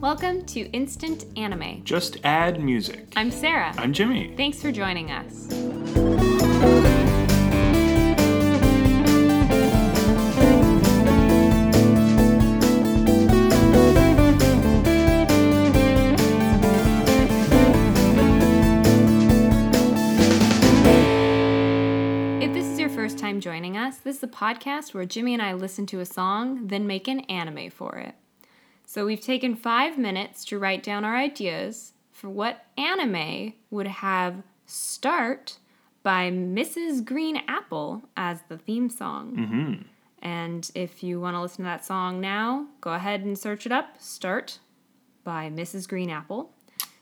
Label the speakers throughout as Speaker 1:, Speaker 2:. Speaker 1: Welcome to Instant Anime.
Speaker 2: Just add music.
Speaker 1: I'm Sarah.
Speaker 2: I'm Jimmy.
Speaker 1: Thanks for joining us. If this is your first time joining us, this is a podcast where Jimmy and I listen to a song, then make an anime for it. So we've taken five minutes to write down our ideas for what anime would have Start by Mrs. Green Apple as the theme song. And if you want to listen to that song now, go ahead and search it up Start by Mrs. Green Apple.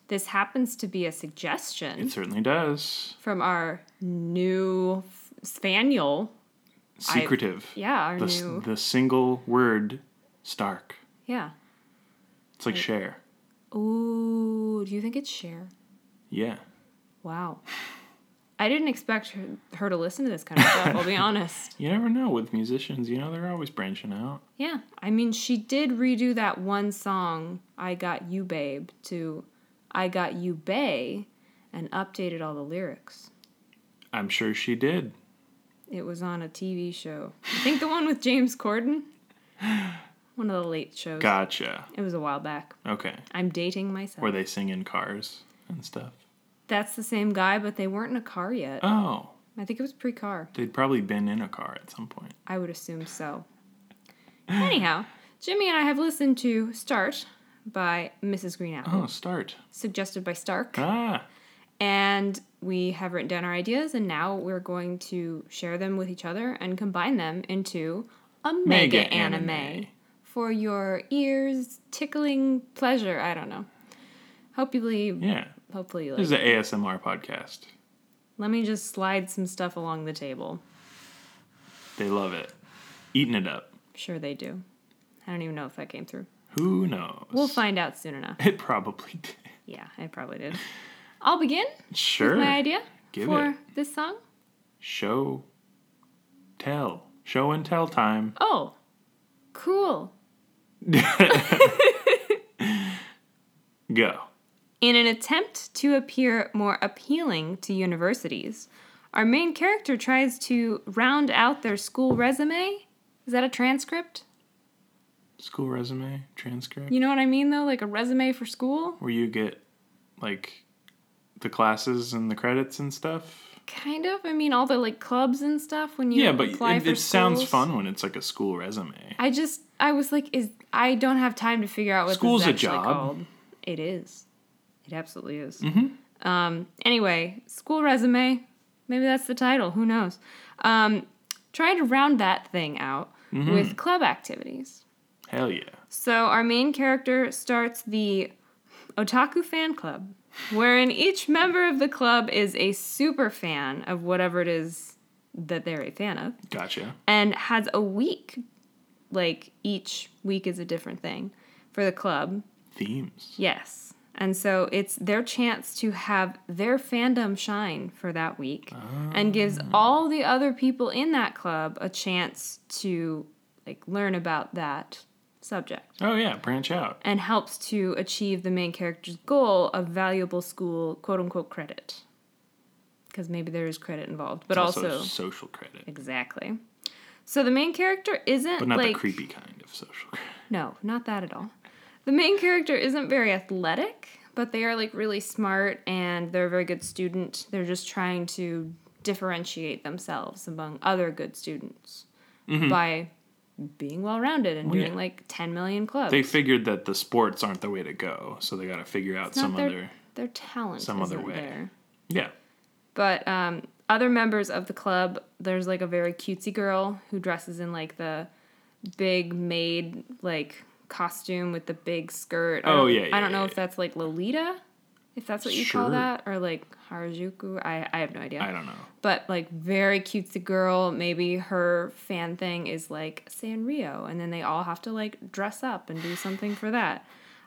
Speaker 1: This happens to be a suggestion
Speaker 2: It certainly does.
Speaker 1: from our new f- spaniel.
Speaker 2: Secretive.
Speaker 1: Yeah, our
Speaker 2: the, s-
Speaker 1: new.
Speaker 2: the single word Stark.
Speaker 1: Yeah.
Speaker 2: It's like share.
Speaker 1: Ooh, do you think it's Cher?
Speaker 2: Yeah.
Speaker 1: Wow. I didn't expect her, her to listen to this kind of stuff, I'll be honest.
Speaker 2: You never know with musicians, you know, they're always branching out.
Speaker 1: Yeah. I mean, she did redo that one song, I Got You Babe, to I Got You Bay, and updated all the lyrics.
Speaker 2: I'm sure she did.
Speaker 1: It was on a TV show. I think the one with James Corden. One of the late shows.
Speaker 2: Gotcha.
Speaker 1: It was a while back.
Speaker 2: Okay.
Speaker 1: I'm dating myself.
Speaker 2: Where they sing in cars and stuff.
Speaker 1: That's the same guy, but they weren't in a car yet.
Speaker 2: Oh,
Speaker 1: I think it was pre car.
Speaker 2: they'd probably been in a car at some point.
Speaker 1: I would assume so. Anyhow, Jimmy and I have listened to Start by Mrs. Green Apple,
Speaker 2: Oh, start.
Speaker 1: suggested by Stark,
Speaker 2: Ah,
Speaker 1: and we have written down our ideas, and now we're going to share them with each other and combine them into a mega,
Speaker 2: Mega
Speaker 1: anime.
Speaker 2: anime.
Speaker 1: for your ears tickling pleasure. I don't know. Hopefully,
Speaker 2: yeah.
Speaker 1: hopefully, you like
Speaker 2: This is an ASMR podcast.
Speaker 1: Let me just slide some stuff along the table.
Speaker 2: They love it. Eating it up.
Speaker 1: Sure, they do. I don't even know if that came through.
Speaker 2: Who knows?
Speaker 1: We'll find out soon enough.
Speaker 2: It probably did.
Speaker 1: Yeah, I probably did. I'll begin
Speaker 2: Sure.
Speaker 1: with my idea
Speaker 2: Give
Speaker 1: for
Speaker 2: it.
Speaker 1: this song.
Speaker 2: Show, tell. Show and tell time.
Speaker 1: Oh, cool.
Speaker 2: Go.
Speaker 1: In an attempt to appear more appealing to universities, our main character tries to round out their school resume. Is that a transcript?
Speaker 2: School resume, transcript,
Speaker 1: You know what I mean though? Like a resume for school?
Speaker 2: where you get like the classes and the credits and stuff.
Speaker 1: Kind of. I mean, all the like clubs and stuff when you
Speaker 2: yeah, but
Speaker 1: apply
Speaker 2: it,
Speaker 1: for
Speaker 2: it sounds
Speaker 1: schools.
Speaker 2: fun when it's like a school resume.
Speaker 1: I just I was like, is I don't have time to figure out what
Speaker 2: School's
Speaker 1: this
Speaker 2: a
Speaker 1: is actually
Speaker 2: job.
Speaker 1: called. It is. It absolutely is.
Speaker 2: Mm-hmm.
Speaker 1: Um, anyway, school resume. Maybe that's the title. Who knows? Um, try to round that thing out
Speaker 2: Mm-hmm.
Speaker 1: with club activities.
Speaker 2: Hell yeah.
Speaker 1: So our main character starts the otaku fan club, wherein each member of the club is a super fan of whatever it is that they're a fan of
Speaker 2: Gotcha.
Speaker 1: and has a week like each week is a different thing for the club
Speaker 2: Themes.
Speaker 1: yes and so it's their chance to have their fandom shine for that week and gives
Speaker 2: Ah.
Speaker 1: all the other people in that club a chance to like learn about that subject
Speaker 2: Oh yeah, branch out.
Speaker 1: and helps to achieve the main character's goal of valuable school quote unquote credit because maybe there is credit involved but
Speaker 2: Also,
Speaker 1: also,
Speaker 2: social credit,
Speaker 1: exactly so the main character isn't
Speaker 2: but not
Speaker 1: like
Speaker 2: the creepy kind of social credit.
Speaker 1: No, not that at all. The main character isn't very athletic, but they are like really smart and they're a very good student. They're just trying to differentiate themselves among other good students by being well rounded and
Speaker 2: Mm-hmm. Well, yeah.
Speaker 1: doing like 10 million clubs.
Speaker 2: They figured that the sports aren't the way to go, so they got to figure out
Speaker 1: It's not
Speaker 2: some
Speaker 1: their,
Speaker 2: other.
Speaker 1: their talent
Speaker 2: some other
Speaker 1: isn't
Speaker 2: way.
Speaker 1: there.
Speaker 2: Yeah.
Speaker 1: But um, other members of the club, there's like a very cutesy girl who dresses in like the big maid like costume with the big skirt. I
Speaker 2: Oh,
Speaker 1: don't-
Speaker 2: yeah,
Speaker 1: I
Speaker 2: yeah,
Speaker 1: don't know
Speaker 2: yeah,
Speaker 1: if that's like Lolita, if that's what you call
Speaker 2: Sure.
Speaker 1: that, or like Harajuku. I I have no idea.
Speaker 2: I don't know.
Speaker 1: but like very cutesy girl. Maybe her fan thing is like Sanrio, and then they all have to like dress up and do something for that.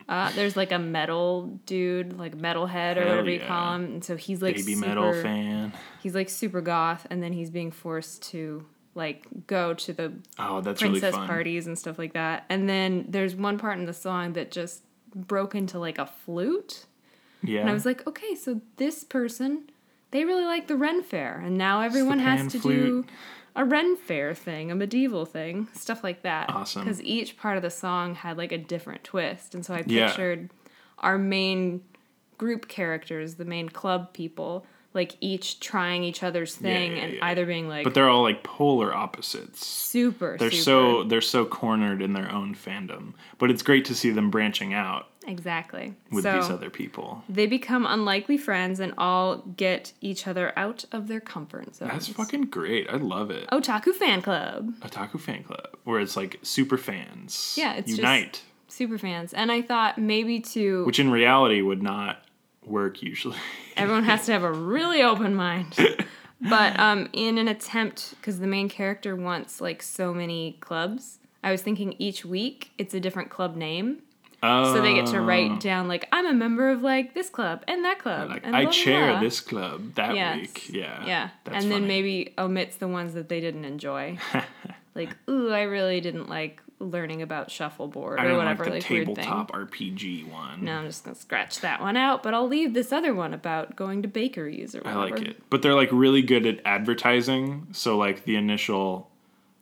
Speaker 1: Uh, there's like a metal dude, like metalhead or
Speaker 2: Hell
Speaker 1: whatever you
Speaker 2: yeah.
Speaker 1: call him, and so he's like
Speaker 2: Baby metal
Speaker 1: super-
Speaker 2: fan.
Speaker 1: he's like super goth and then he's being forced to like go to the
Speaker 2: Oh, that's
Speaker 1: princess
Speaker 2: really fun.
Speaker 1: parties and stuff like that and then there's one part in the song that just broke into like a flute.
Speaker 2: Yeah.
Speaker 1: And I was like, okay, so this person, they really like the Ren Fair, and now everyone
Speaker 2: pan
Speaker 1: has to
Speaker 2: flute.
Speaker 1: do a Ren Fair thing, a medieval thing, stuff like that.
Speaker 2: Awesome.
Speaker 1: Because each part of the song had like a different twist, and so I
Speaker 2: Yeah.
Speaker 1: pictured our main group characters, the main club people, like each trying each other's thing
Speaker 2: yeah,
Speaker 1: and
Speaker 2: yeah,
Speaker 1: either being like
Speaker 2: but they're all like polar opposites.
Speaker 1: super,
Speaker 2: They're
Speaker 1: super.
Speaker 2: so they're so cornered in their own fandom, but it's great to see them branching out
Speaker 1: exactly
Speaker 2: with
Speaker 1: so
Speaker 2: these other people.
Speaker 1: They become unlikely friends and all get each other out of their comfort zones.
Speaker 2: That's fucking great. I love it.
Speaker 1: Otaku fan club.
Speaker 2: Otaku fan club, where it's like super fans.
Speaker 1: Um, Yeah, it's just-
Speaker 2: unite,
Speaker 1: Super fans. And I thought maybe to
Speaker 2: which in reality would not work usually.
Speaker 1: everyone has to have a really open mind. but um in an attempt cuz the main character wants like so many clubs. I was thinking each week it's a different club name. So they
Speaker 2: Um,
Speaker 1: get to write down like I'm a member of like this club and that club.
Speaker 2: Oh. Like
Speaker 1: and
Speaker 2: I
Speaker 1: blah, blah,
Speaker 2: chair
Speaker 1: blah."
Speaker 2: this club that
Speaker 1: Yes.
Speaker 2: week. Yeah.
Speaker 1: Yeah.
Speaker 2: That's
Speaker 1: and then
Speaker 2: funny.
Speaker 1: maybe omits the ones that they didn't enjoy. like, ooh, I really didn't like learning about shuffleboard
Speaker 2: I
Speaker 1: or
Speaker 2: don't
Speaker 1: whatever,
Speaker 2: like the
Speaker 1: like, weird thing.
Speaker 2: tabletop RPG one.
Speaker 1: No, I'm just gonna scratch that one out, but I'll leave this other one about going to bakeries or
Speaker 2: I
Speaker 1: whatever.
Speaker 2: like it. But they're like really good at advertising, so like the initial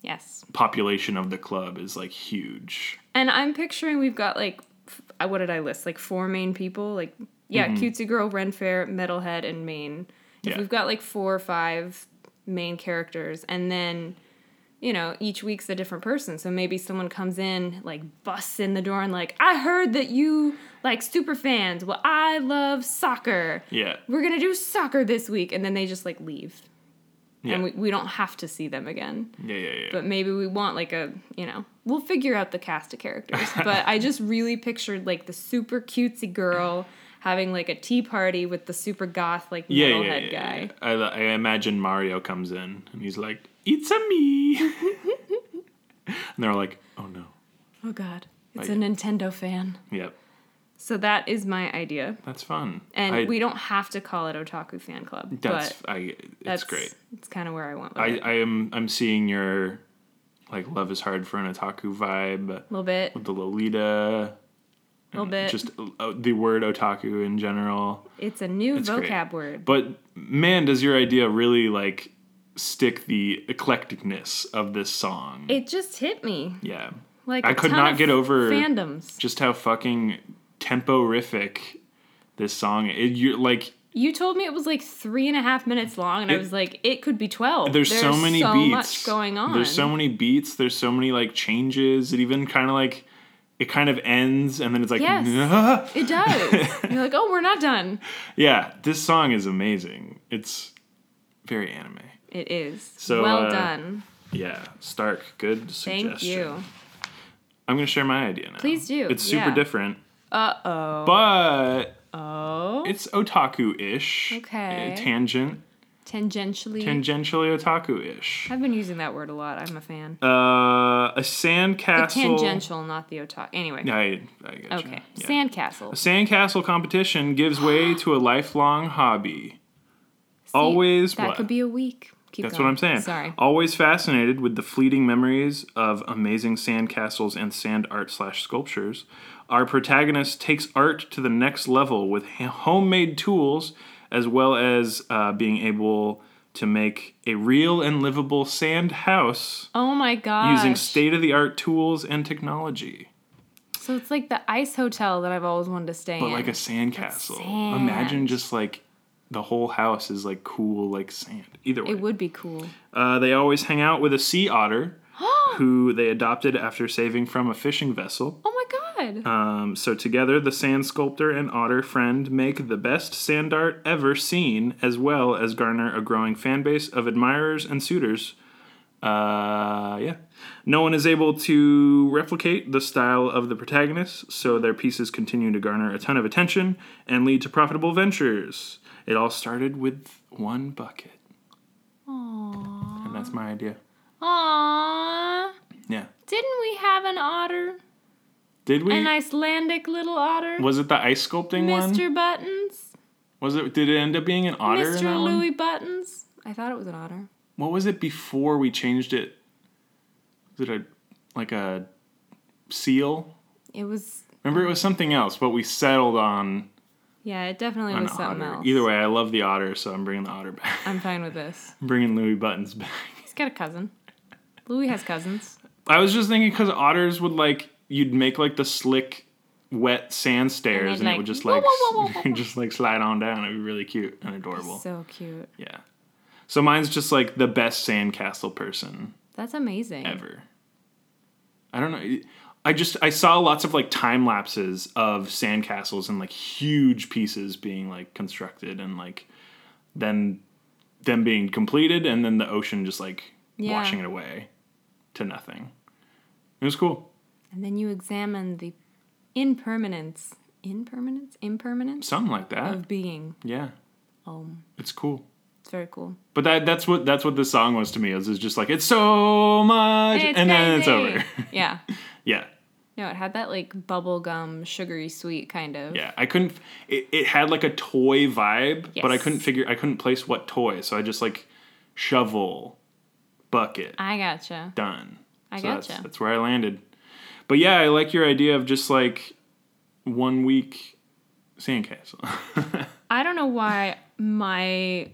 Speaker 1: Yes.
Speaker 2: population of the club is like huge.
Speaker 1: And I'm picturing we've got like, f- uh, what did I list? Like four main people. Like, yeah, cutesy girl, Ren Fair, metalhead, and main. If
Speaker 2: Mm-hmm. Yeah.
Speaker 1: we've got like four or five main characters, and then you know each week's a different person. So maybe someone comes in like busts in the door and like, I heard that you like super fans. Well, I love soccer.
Speaker 2: Yeah.
Speaker 1: We're gonna do soccer this week, and then they just like leave,
Speaker 2: Yeah.
Speaker 1: and we, we don't have to see them again
Speaker 2: yeah, yeah, yeah.
Speaker 1: but maybe we want like a you know we'll figure out the cast of characters but i just really pictured like the super cutesy girl having like a tea party with the super goth like
Speaker 2: yeah,
Speaker 1: metalhead
Speaker 2: yeah, yeah,
Speaker 1: guy
Speaker 2: yeah. I, I imagine Mario comes in and he's like, "It's a me," and they're like, "Oh no."
Speaker 1: oh god it's
Speaker 2: Like-
Speaker 1: a nintendo fan
Speaker 2: Yep,
Speaker 1: so that is my idea
Speaker 2: that's fun.
Speaker 1: and
Speaker 2: I,
Speaker 1: we don't have to call it otaku fan club
Speaker 2: That's
Speaker 1: but
Speaker 2: I. It's
Speaker 1: that's
Speaker 2: great.
Speaker 1: it's kind of where i went with
Speaker 2: I,
Speaker 1: it
Speaker 2: I am. I'm seeing your, like, love is hard for an otaku vibe.
Speaker 1: a little bit
Speaker 2: The Lolita.
Speaker 1: a little bit
Speaker 2: Just uh, the word otaku in general.
Speaker 1: it's a new
Speaker 2: great.
Speaker 1: vocab word
Speaker 2: But man, does your idea really like stick the eclecticness of this song?
Speaker 1: it just hit me
Speaker 2: yeah.
Speaker 1: like
Speaker 2: I
Speaker 1: a
Speaker 2: could
Speaker 1: ton
Speaker 2: not
Speaker 1: of
Speaker 2: get over-
Speaker 1: fandoms
Speaker 2: Just how fucking temporific this song. It, you're like
Speaker 1: You told me it was like three and a half minutes long, and I
Speaker 2: It-
Speaker 1: was like, it could be twelve.
Speaker 2: there's, so many beats
Speaker 1: much going on.
Speaker 2: There's so many beats. There's so many like changes. It even kind of like it kind of ends and then it's like
Speaker 1: Yes. It does. And You're like, oh, we're not done.
Speaker 2: yeah. This song is amazing. It's very anime.
Speaker 1: It is.
Speaker 2: So,
Speaker 1: well
Speaker 2: uh,
Speaker 1: done.
Speaker 2: Yeah, Stark. Good suggestion.
Speaker 1: Thank you.
Speaker 2: I'm gonna share my idea now.
Speaker 1: Please do,
Speaker 2: It's super
Speaker 1: yeah.
Speaker 2: different,
Speaker 1: Uh oh.
Speaker 2: but
Speaker 1: Oh.
Speaker 2: it's otaku-ish.
Speaker 1: Okay.
Speaker 2: Uh, Tangent,
Speaker 1: Tangentially.
Speaker 2: tangentially otaku-ish.
Speaker 1: I've been using that word a lot. I'm a fan.
Speaker 2: Uh, a
Speaker 1: The
Speaker 2: sandcastle.
Speaker 1: tangential, not the otaku. Anyway.
Speaker 2: I, I gotcha.
Speaker 1: okay.
Speaker 2: Yeah.
Speaker 1: Sandcastle. See,
Speaker 2: Sandcastle competition gives way to a lifelong hobby. Always
Speaker 1: That
Speaker 2: what?
Speaker 1: could be a week. Keep
Speaker 2: That's
Speaker 1: going.
Speaker 2: what I'm saying.
Speaker 1: Sorry.
Speaker 2: Always fascinated with the fleeting memories of amazing sandcastles and sand art slash sculptures, our protagonist takes art to the next level with ha- homemade tools, as well as uh, being able to make a real and livable sand house
Speaker 1: Oh my gosh.
Speaker 2: using state of the art tools and technology.
Speaker 1: so it's like the ice hotel that I've always wanted to stay
Speaker 2: But
Speaker 1: in.
Speaker 2: like a sandcastle.
Speaker 1: sand.
Speaker 2: Imagine just like the whole house is like cool, like sand. Either way.
Speaker 1: it would be cool.
Speaker 2: Uh, they always hang out with a sea otter who they adopted after saving from a fishing vessel.
Speaker 1: Oh my god.
Speaker 2: Um, so together, the sand sculptor and otter friend make the best sand art ever seen, as well as garner a growing fan base of admirers and suitors. Uh, yeah. No one is able to replicate the style of the protagonist, so their pieces continue to garner a ton of attention and lead to profitable ventures. It all started with one bucket,
Speaker 1: Aww.
Speaker 2: and that's my idea.
Speaker 1: Aww.
Speaker 2: Yeah.
Speaker 1: Didn't we have an otter?
Speaker 2: Did we?
Speaker 1: An Icelandic little otter?
Speaker 2: Was it the ice sculpting one?
Speaker 1: Mr. Buttons?
Speaker 2: Was it? Did it end up being an otter? in that
Speaker 1: Mr.
Speaker 2: one?
Speaker 1: Louis Buttons? I thought it was an otter.
Speaker 2: What was it before we changed it? Was it a like a seal?
Speaker 1: It was
Speaker 2: Remember, it was something else, but we settled on
Speaker 1: Yeah, it definitely
Speaker 2: an
Speaker 1: was something
Speaker 2: otter.
Speaker 1: else.
Speaker 2: Either way, I love the otter, so I'm bringing the otter back.
Speaker 1: I'm fine with this.
Speaker 2: I'm bringing Louis Buttons back.
Speaker 1: He's got a cousin. Louis has cousins.
Speaker 2: I was just thinking because otters would like you'd make like the slick, wet sand stairs, and,
Speaker 1: they'd
Speaker 2: it
Speaker 1: like,
Speaker 2: would just
Speaker 1: "Whoa,
Speaker 2: like
Speaker 1: whoa, whoa, whoa, whoa."
Speaker 2: just like slide on down. It'd be really cute and adorable.
Speaker 1: So cute.
Speaker 2: yeah. So mine's just like the best sandcastle person
Speaker 1: That's amazing.
Speaker 2: ever. I don't know. I just I saw lots of like time lapses of sandcastles and like huge pieces being like constructed and like then them being completed and then the ocean just like
Speaker 1: Yeah.
Speaker 2: washing it away to nothing. It was cool.
Speaker 1: And then you examine the impermanence, impermanence, impermanence
Speaker 2: Something like that.
Speaker 1: of being.
Speaker 2: yeah.
Speaker 1: Um,
Speaker 2: It's cool.
Speaker 1: it's very cool.
Speaker 2: But that that's what that's what this song was to me. It was, just like it's so much
Speaker 1: It's
Speaker 2: and then it's
Speaker 1: crazy.
Speaker 2: over.
Speaker 1: yeah.
Speaker 2: yeah.
Speaker 1: No, it had that like bubblegum, sugary sweet kind of.
Speaker 2: Yeah, I couldn't. It, it had like a toy vibe, but I
Speaker 1: Yes.
Speaker 2: couldn't figure. I couldn't place what toy, so I just like shovel, bucket,
Speaker 1: I gotcha.
Speaker 2: done.
Speaker 1: I
Speaker 2: so That's,
Speaker 1: gotcha.
Speaker 2: that's where I landed. But yeah, I like your idea of just like one week sandcastle.
Speaker 1: I don't know why my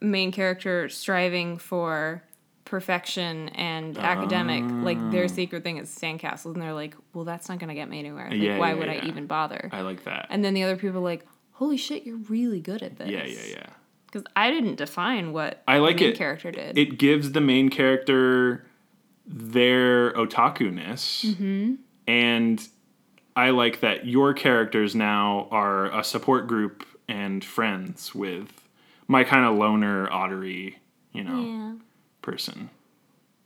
Speaker 1: main character striving for perfection and
Speaker 2: Ah.
Speaker 1: academic, like their secret thing is sandcastles, and they're like, well, that's not gonna get me anywhere. Like,
Speaker 2: Yeah,
Speaker 1: why
Speaker 2: yeah,
Speaker 1: would
Speaker 2: yeah.
Speaker 1: I even bother?
Speaker 2: I like that.
Speaker 1: and then the other people are like, holy shit, you're really good at this.
Speaker 2: yeah, yeah, yeah.
Speaker 1: Because I didn't define what
Speaker 2: I like
Speaker 1: the main
Speaker 2: it.
Speaker 1: character did.
Speaker 2: It gives the main character their otaku ness,
Speaker 1: Mm-hmm.
Speaker 2: and I like that your characters now are a support group and friends with my kind of loner, ottery, you know,
Speaker 1: yeah.
Speaker 2: person.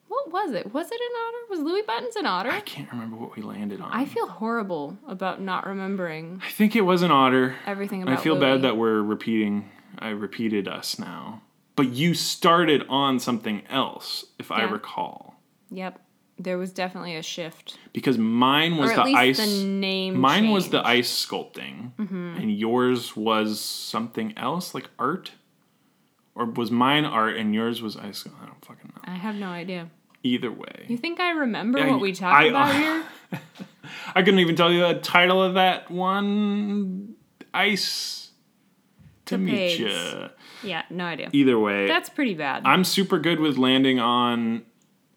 Speaker 1: What was it? Was it an otter? Was Louis Buttons an
Speaker 2: I
Speaker 1: otter?
Speaker 2: can't remember what we landed on.
Speaker 1: I
Speaker 2: I,
Speaker 1: feel horrible about not remembering
Speaker 2: think it was an otter.
Speaker 1: everything
Speaker 2: I
Speaker 1: about.
Speaker 2: feel
Speaker 1: Louis.
Speaker 2: bad that we're repeating. I repeated us now, but you started on something else, if I
Speaker 1: Yeah.
Speaker 2: recall.
Speaker 1: Yep, there was definitely a shift,
Speaker 2: Because mine was
Speaker 1: or at
Speaker 2: the
Speaker 1: least
Speaker 2: ice.
Speaker 1: the name.
Speaker 2: Mine was the
Speaker 1: change. Mm-hmm.
Speaker 2: ice sculpting, and yours was something else, like art, or was mine art and yours was ice? sculpting? I don't fucking know.
Speaker 1: I have no idea.
Speaker 2: Either way,
Speaker 1: You think I remember
Speaker 2: Yeah,
Speaker 1: what we talked
Speaker 2: I-
Speaker 1: about here?
Speaker 2: I couldn't even tell you the title of that one. Ice to
Speaker 1: The
Speaker 2: meet
Speaker 1: pigs.
Speaker 2: ya.
Speaker 1: Yeah, no idea.
Speaker 2: Either way,
Speaker 1: That's pretty bad.
Speaker 2: I'm super good with landing on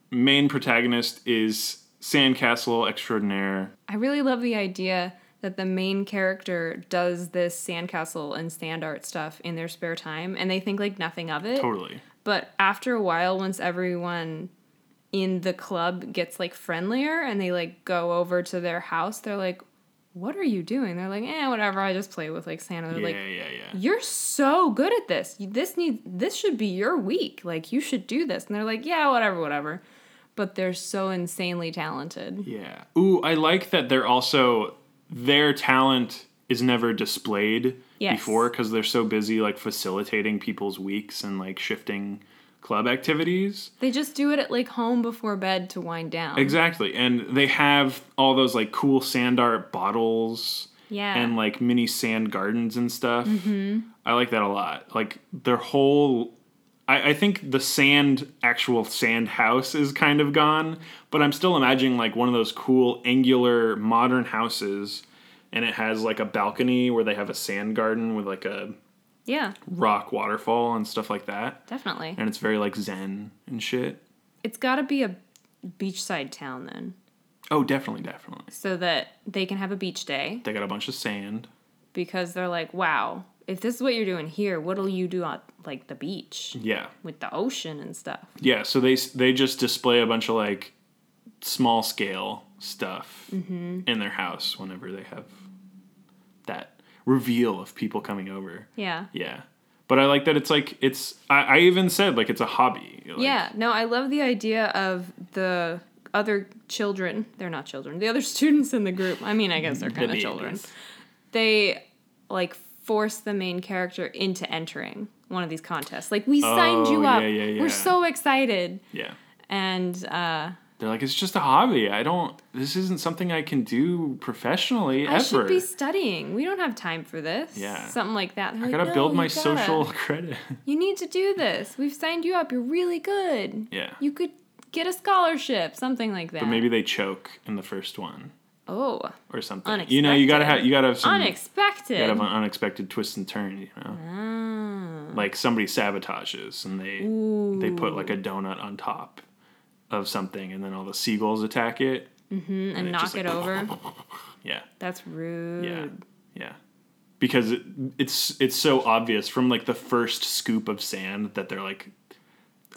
Speaker 2: main protagonist is sandcastle extraordinaire.
Speaker 1: I really love the idea that the main character does this sandcastle and sand art stuff in their spare time, and they think like nothing of it.
Speaker 2: Totally.
Speaker 1: But after a while, once everyone in the club gets like friendlier and they like go over to their house, they're like, What are you doing? They're like, Eh, whatever. I just play with like Santa. They're
Speaker 2: Yeah,
Speaker 1: like,
Speaker 2: yeah, yeah.
Speaker 1: You're so good at this. You- This needs, this should be your week. Like, you should do this. And they're like, Yeah, whatever, whatever. But they're so insanely talented.
Speaker 2: Yeah. Ooh, I like that they're also their talent is never displayed
Speaker 1: Yes.
Speaker 2: before because they're so busy like facilitating people's weeks and like shifting club activities.
Speaker 1: They just do it at like home before bed to wind down.
Speaker 2: Exactly. And they have all those like cool sand art bottles
Speaker 1: Yeah.
Speaker 2: and like mini sand gardens and stuff. I like that a lot. Like their whole. I, I think the sand, actual sand house is kind of gone, but I'm still imagining like one of those cool angular modern houses and it has like a balcony where they have a sand garden with like a
Speaker 1: yeah,
Speaker 2: rock waterfall and stuff like that.
Speaker 1: definitely.
Speaker 2: And it's very like zen and shit.
Speaker 1: It's got to be a beachside town then.
Speaker 2: Oh, definitely, definitely.
Speaker 1: so that they can have a beach day
Speaker 2: They got a bunch of sand.
Speaker 1: because they're like, wow, if this is what you're doing here, what'll you do on like the beach
Speaker 2: Yeah.
Speaker 1: with the ocean and stuff?
Speaker 2: Yeah, so they they just display a bunch of like small scale stuff
Speaker 1: Mm-hmm.
Speaker 2: in their house whenever they have that reveal of people coming over.
Speaker 1: Yeah.
Speaker 2: Yeah, but I like that it's like it's. I, I even said like it's a hobby. Like,
Speaker 1: yeah. No, I love the idea of the other children. They're not children. The other students in the group. I mean, I guess they're
Speaker 2: the
Speaker 1: kind of
Speaker 2: babies.
Speaker 1: children. They like force the main character into entering one of these contests. Like, we signed
Speaker 2: Oh,
Speaker 1: you
Speaker 2: yeah,
Speaker 1: up.
Speaker 2: yeah, yeah.
Speaker 1: We're so excited.
Speaker 2: Yeah,
Speaker 1: And uh,
Speaker 2: they're like it's just a hobby. I don't. This isn't something I can do professionally
Speaker 1: I
Speaker 2: ever.
Speaker 1: should be studying. We don't have time for this.
Speaker 2: Yeah.
Speaker 1: Something like that.
Speaker 2: I gotta build my social credit.
Speaker 1: You need to do this. We've signed you up. You're really good.
Speaker 2: Yeah.
Speaker 1: You could get a scholarship, something like that.
Speaker 2: Maybe they choke in the first one.
Speaker 1: Oh,
Speaker 2: or something. You know, you gotta
Speaker 1: Unexpected.
Speaker 2: have you gotta have some
Speaker 1: unexpected.
Speaker 2: gotta have an unexpected twist and turn. You know,
Speaker 1: Ah.
Speaker 2: like somebody sabotages and they they put like a donut on top of something, and then all the seagulls attack it.
Speaker 1: Mm, and
Speaker 2: it
Speaker 1: knock
Speaker 2: just,
Speaker 1: it
Speaker 2: like,
Speaker 1: over.
Speaker 2: Yeah,
Speaker 1: That's rude.
Speaker 2: yeah, yeah. Because it, it's it's so obvious from like the first scoop of sand that they're like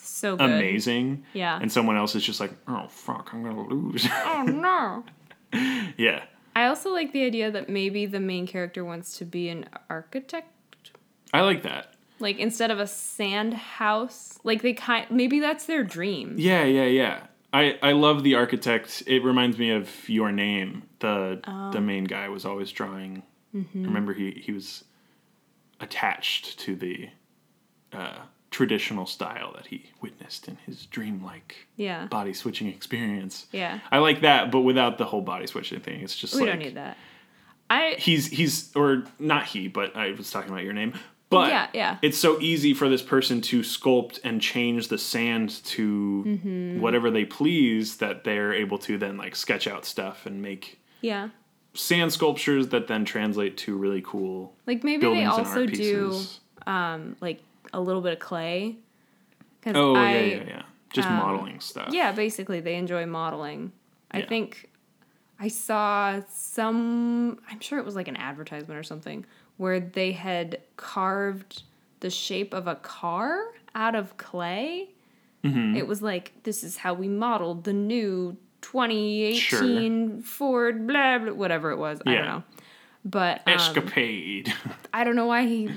Speaker 1: So good.
Speaker 2: amazing,
Speaker 1: Yeah.
Speaker 2: and someone else is just like, oh fuck, I'm gonna lose.
Speaker 1: oh no.
Speaker 2: yeah.
Speaker 1: I also like the idea that maybe the main character wants to be an architect.
Speaker 2: I like that.
Speaker 1: Like instead of a sand house, like they kind maybe that's their dream.
Speaker 2: Yeah, yeah, yeah. I, I love the architect. It reminds me of your name. The
Speaker 1: Oh.
Speaker 2: the main guy was always drawing.
Speaker 1: Mm-hmm.
Speaker 2: I remember he, he was attached to the uh, traditional style that he witnessed in his dreamlike
Speaker 1: Yeah.
Speaker 2: body switching experience.
Speaker 1: Yeah.
Speaker 2: I like that, but without the whole body switching thing. It's just
Speaker 1: We
Speaker 2: like
Speaker 1: don't need that. I
Speaker 2: he's he's or not he, but I was talking about your name. But
Speaker 1: Yeah, yeah.
Speaker 2: it's so easy for this person to sculpt and change the sand to
Speaker 1: Mm-hmm.
Speaker 2: whatever they please that they're able to then like sketch out stuff and make
Speaker 1: yeah.
Speaker 2: sand sculptures that then translate to really cool
Speaker 1: Like maybe
Speaker 2: buildings
Speaker 1: they also
Speaker 2: and art
Speaker 1: do
Speaker 2: pieces.
Speaker 1: like a little bit of clay. 'Cause
Speaker 2: Oh
Speaker 1: I, um,
Speaker 2: yeah, yeah, yeah. Just modeling stuff.
Speaker 1: Yeah, basically they enjoy modeling. I
Speaker 2: Yeah.
Speaker 1: think I saw some I'm sure it was like an advertisement or something where they had carved the shape of a car out of clay.
Speaker 2: Mm-hmm.
Speaker 1: It was like this is how we modeled the new 2018 Ford blah blah whatever it was. I
Speaker 2: Yeah.
Speaker 1: don't know. But um,
Speaker 2: Escapade.
Speaker 1: I don't know why he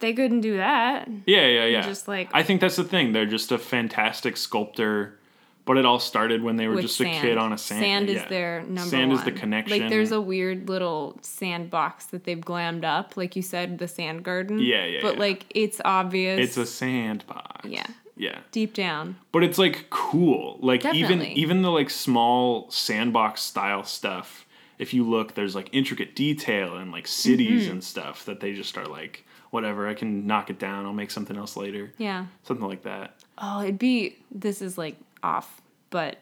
Speaker 1: they couldn't do that.
Speaker 2: yeah, yeah, yeah.
Speaker 1: just, like-
Speaker 2: I think that's the thing. They're just a fantastic sculptor, but it all started when they were
Speaker 1: with
Speaker 2: just
Speaker 1: sand.
Speaker 2: a kid on a sand.
Speaker 1: Sand is
Speaker 2: yeah.
Speaker 1: their number
Speaker 2: Sand is the
Speaker 1: one.
Speaker 2: connection.
Speaker 1: Like there's a weird little sandbox that they've glammed up, like you said, the sand garden.
Speaker 2: Yeah, yeah,
Speaker 1: But
Speaker 2: yeah.
Speaker 1: like it's obvious.
Speaker 2: It's a sandbox.
Speaker 1: Yeah.
Speaker 2: Yeah.
Speaker 1: deep down.
Speaker 2: But it's like cool. Like even
Speaker 1: Definitely.
Speaker 2: even the like small sandbox style stuff, if you look, there's like intricate detail and like cities
Speaker 1: Mm-hmm.
Speaker 2: and stuff that they just are like, whatever, I can knock it down, I'll make something else later.
Speaker 1: Yeah.
Speaker 2: Something like that.
Speaker 1: Oh, it'd be this is like off, but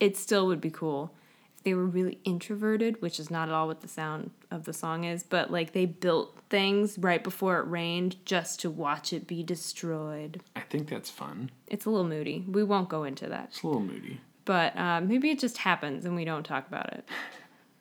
Speaker 1: it still would be cool if they were really introverted, which is not at all what the sound of the song is, but like they built things right before it rained just to watch it be destroyed.
Speaker 2: I think that's fun.
Speaker 1: It's a little moody. We won't go into that.
Speaker 2: It's a little moody.
Speaker 1: but uh, maybe it just happens and we don't talk about it.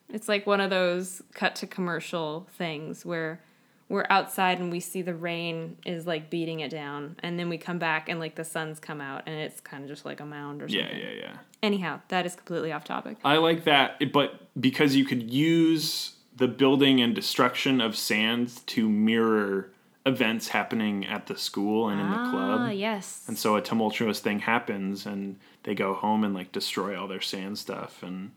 Speaker 1: It's like one of those cut to commercial things where we're outside and we see the rain is like beating it down, and then we come back and like the sun's come out and it's kind of just like a mound or something.
Speaker 2: Yeah, yeah, yeah.
Speaker 1: Anyhow, that is completely off topic.
Speaker 2: I like that, it- but because you could use the building and destruction of sand to mirror events happening at the school and in the club.
Speaker 1: Ah, yes.
Speaker 2: And so a tumultuous thing happens and they go home and like destroy all their sand stuff and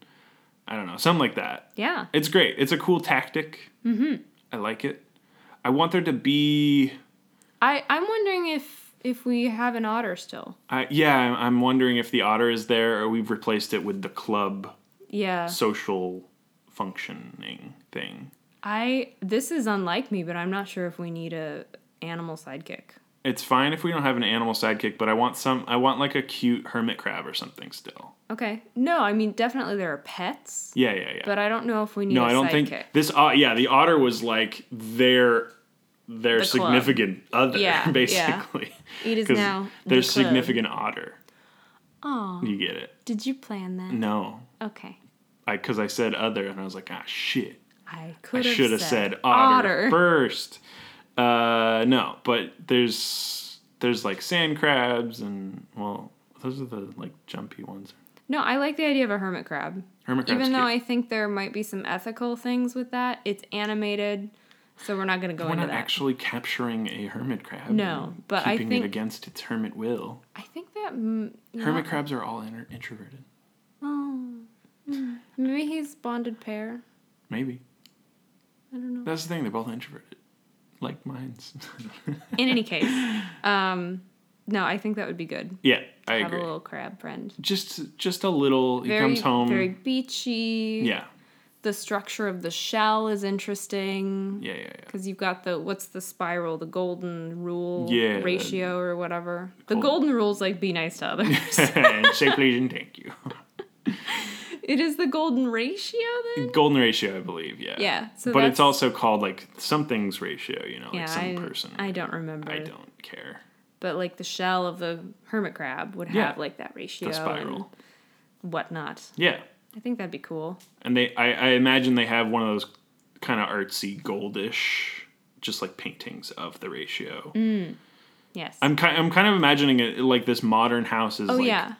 Speaker 2: I don't know, something like that.
Speaker 1: yeah.
Speaker 2: It's great. It's a cool tactic. Mm-hmm. I like it. I want there to be.
Speaker 1: I I'm wondering if if we have an otter still.
Speaker 2: I, yeah, I'm- I'm wondering if the otter is there or we've replaced it with the club
Speaker 1: Yeah.
Speaker 2: social functioning thing.
Speaker 1: I this is unlike me, but I'm not sure if we need a animal sidekick.
Speaker 2: It's fine if we don't have an animal sidekick, but I want some. I want like a cute hermit crab or something still.
Speaker 1: Okay. No, I mean definitely there are pets.
Speaker 2: Yeah, yeah, yeah.
Speaker 1: But I don't know if we need
Speaker 2: No,
Speaker 1: I
Speaker 2: I don't think this. Uh, yeah, the otter was like their their
Speaker 1: The club.
Speaker 2: significant other,
Speaker 1: Yeah, yeah.
Speaker 2: basically.
Speaker 1: It is
Speaker 2: 'Cause
Speaker 1: now
Speaker 2: their
Speaker 1: the club.
Speaker 2: significant otter.
Speaker 1: Oh,
Speaker 2: You get it?
Speaker 1: did you plan that?
Speaker 2: No,
Speaker 1: Okay.
Speaker 2: I because I said other, and I was like, ah, shit.
Speaker 1: I
Speaker 2: I
Speaker 1: could
Speaker 2: should have said, otter, first. Uh, no, but there's there's like sand crabs and well, those are the like jumpy ones.
Speaker 1: No, I like the idea of a hermit crab.
Speaker 2: Hermit crabs.
Speaker 1: Even though
Speaker 2: cute.
Speaker 1: I think there might be some ethical things with that, it's animated, so we're not going to go
Speaker 2: we're
Speaker 1: into
Speaker 2: not
Speaker 1: that.
Speaker 2: actually capturing a hermit crab.
Speaker 1: No,
Speaker 2: and
Speaker 1: but I
Speaker 2: keeping
Speaker 1: think-
Speaker 2: it against its hermit will.
Speaker 1: I think that mm, yeah,
Speaker 2: Hermit crabs are all inter- introverted.
Speaker 1: Oh. Hmm. maybe he's bonded pair.
Speaker 2: Maybe.
Speaker 1: I don't know.
Speaker 2: That's the thing, they're both introverted. Like mines.
Speaker 1: In any case, um, no, I think that would be good.
Speaker 2: yeah, I
Speaker 1: Have a
Speaker 2: agree.
Speaker 1: little crab friend.
Speaker 2: Just just a little he
Speaker 1: Very,
Speaker 2: comes home.
Speaker 1: very beachy.
Speaker 2: yeah.
Speaker 1: The structure of the shell is interesting.
Speaker 2: Yeah, yeah, yeah.
Speaker 1: Because you've got the what's the spiral, the golden rule
Speaker 2: Yeah, the-
Speaker 1: ratio or whatever. The
Speaker 2: golden-
Speaker 1: golden rule's like be nice to others.
Speaker 2: and say please and thank you.
Speaker 1: It is the golden ratio then?
Speaker 2: Golden ratio, I believe. Yeah.
Speaker 1: Yeah. So
Speaker 2: but
Speaker 1: that's,
Speaker 2: it's also called like something's ratio. You know, like some
Speaker 1: I,
Speaker 2: person.
Speaker 1: I don't remember.
Speaker 2: I don't care.
Speaker 1: But like the shell of the hermit crab would have
Speaker 2: Yeah.
Speaker 1: like that ratio
Speaker 2: The spiral.
Speaker 1: and whatnot.
Speaker 2: Yeah,
Speaker 1: I think that'd be cool.
Speaker 2: and they. I, I imagine they have one of those kind of artsy goldish, just like paintings of the ratio.
Speaker 1: Yes.
Speaker 2: I'm kind. I'm kind of imagining it like this modern house is
Speaker 1: oh
Speaker 2: like
Speaker 1: yeah.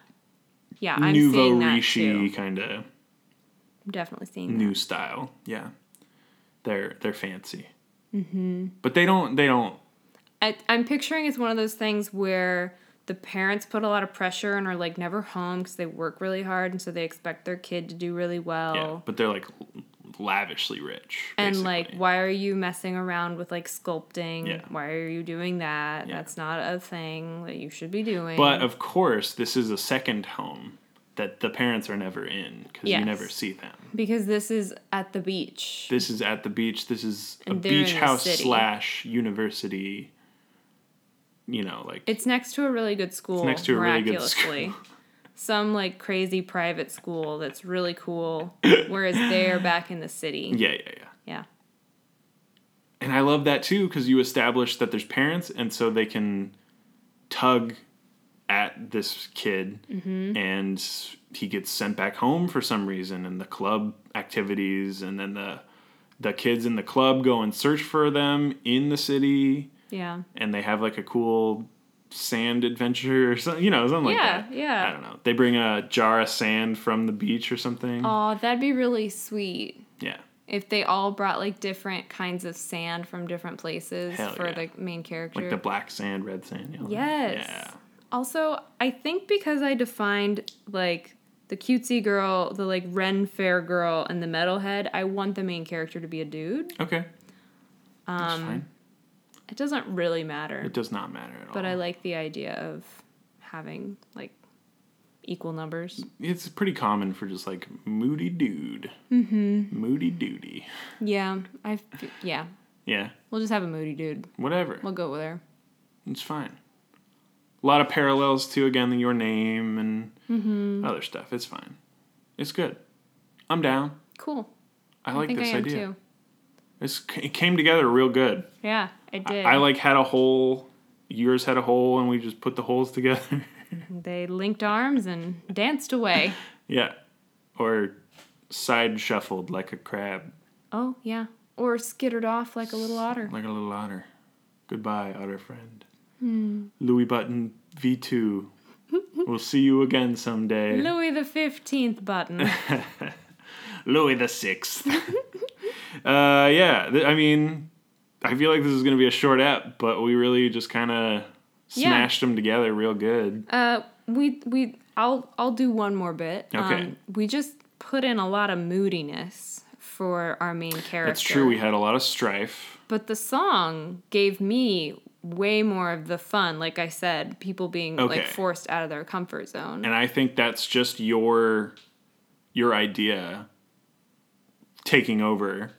Speaker 1: Yeah, I'm
Speaker 2: nouveau
Speaker 1: seeing that
Speaker 2: riche
Speaker 1: too.
Speaker 2: kind of
Speaker 1: I'm definitely seeing that.
Speaker 2: new style. Yeah, they're they're fancy. Mm-hmm. But they don't. They don't.
Speaker 1: I, I'm picturing it's one of those things where the parents put a lot of pressure and are like never home because they work really hard and so they expect their kid to do really well.
Speaker 2: Yeah, but they're like l- lavishly rich.
Speaker 1: Oh. and like
Speaker 2: basically.
Speaker 1: why are you messing around with like sculpting
Speaker 2: Yeah.
Speaker 1: why are you doing that
Speaker 2: Yeah.
Speaker 1: that's not a thing that you should be doing
Speaker 2: But uh, of course, this is a second home that the parents are never in because
Speaker 1: Yes.
Speaker 2: you never see them.
Speaker 1: because this is at the beach
Speaker 2: This is at the beach. This is a
Speaker 1: And they're
Speaker 2: beach
Speaker 1: in the
Speaker 2: house
Speaker 1: city.
Speaker 2: slash university. You know, like
Speaker 1: it's next to a really good school
Speaker 2: next to a really good
Speaker 1: miraculously some like crazy private school that's really cool whereas they're back in the city
Speaker 2: yeah, yeah, yeah.
Speaker 1: yeah
Speaker 2: And I love that too because you establish that there's parents, and so they can tug at this kid,
Speaker 1: Mm-hmm.
Speaker 2: and he gets sent back home for some reason, and the club activities, and then the the kids in the club go and search for them in the city,
Speaker 1: yeah
Speaker 2: and they have like a cool sand adventure or something, you know, something like
Speaker 1: Yeah,
Speaker 2: that.
Speaker 1: yeah.
Speaker 2: I don't know. They bring a jar of sand from the beach or something.
Speaker 1: oh that'd be really sweet
Speaker 2: Yeah.
Speaker 1: if they all brought like different kinds of sand from different places
Speaker 2: Hell
Speaker 1: for
Speaker 2: yeah.
Speaker 1: the main character
Speaker 2: Like the black sand, red sand. yellow sand.
Speaker 1: Yes.
Speaker 2: Yeah.
Speaker 1: Also, I think because I defined like the cutesy girl, the like Ren Fair girl, and the metalhead, I want the main character to be a dude.
Speaker 2: Okay. That's
Speaker 1: Um,
Speaker 2: fine.
Speaker 1: It doesn't really matter,
Speaker 2: It does not matter at all.
Speaker 1: but I like the idea of having like equal numbers.
Speaker 2: it's pretty common for just like moody dude. Mm-hmm. Moody duty.
Speaker 1: Yeah, I yeah.
Speaker 2: Yeah.
Speaker 1: We'll just have a moody dude.
Speaker 2: Whatever.
Speaker 1: We'll go with her.
Speaker 2: It's fine. A lot of parallels to again your name and
Speaker 1: Mm-hmm.
Speaker 2: other stuff. It's fine. It's good. I'm down.
Speaker 1: Cool.
Speaker 2: I
Speaker 1: I
Speaker 2: like
Speaker 1: think
Speaker 2: this
Speaker 1: I am
Speaker 2: idea.
Speaker 1: too.
Speaker 2: It's it came together real good.
Speaker 1: Yeah, I did.
Speaker 2: I like had a hole. Yours had a hole, and we just put the holes together.
Speaker 1: they linked arms and danced away.
Speaker 2: yeah, or side shuffled like a crab,
Speaker 1: oh yeah, or skittered off like a little otter.
Speaker 2: like a little otter. Goodbye, otter friend. Louis Button V two. we'll see you again someday.
Speaker 1: Louis the Fifteenth button.
Speaker 2: Louis the Sixth. uh, yeah, th- I mean, I feel like this is gonna be a short app, but we really just kind of
Speaker 1: Yeah.
Speaker 2: smashed them together real good.
Speaker 1: Uh, we we I'll I'll do one more bit. Um,
Speaker 2: Okay.
Speaker 1: we just put in a lot of moodiness for our main character.
Speaker 2: That's true. We had a lot of strife.
Speaker 1: But the song gave me way more of the fun. Like I said, people being
Speaker 2: Okay.
Speaker 1: like forced out of their comfort zone.
Speaker 2: and i think that's just your your idea taking over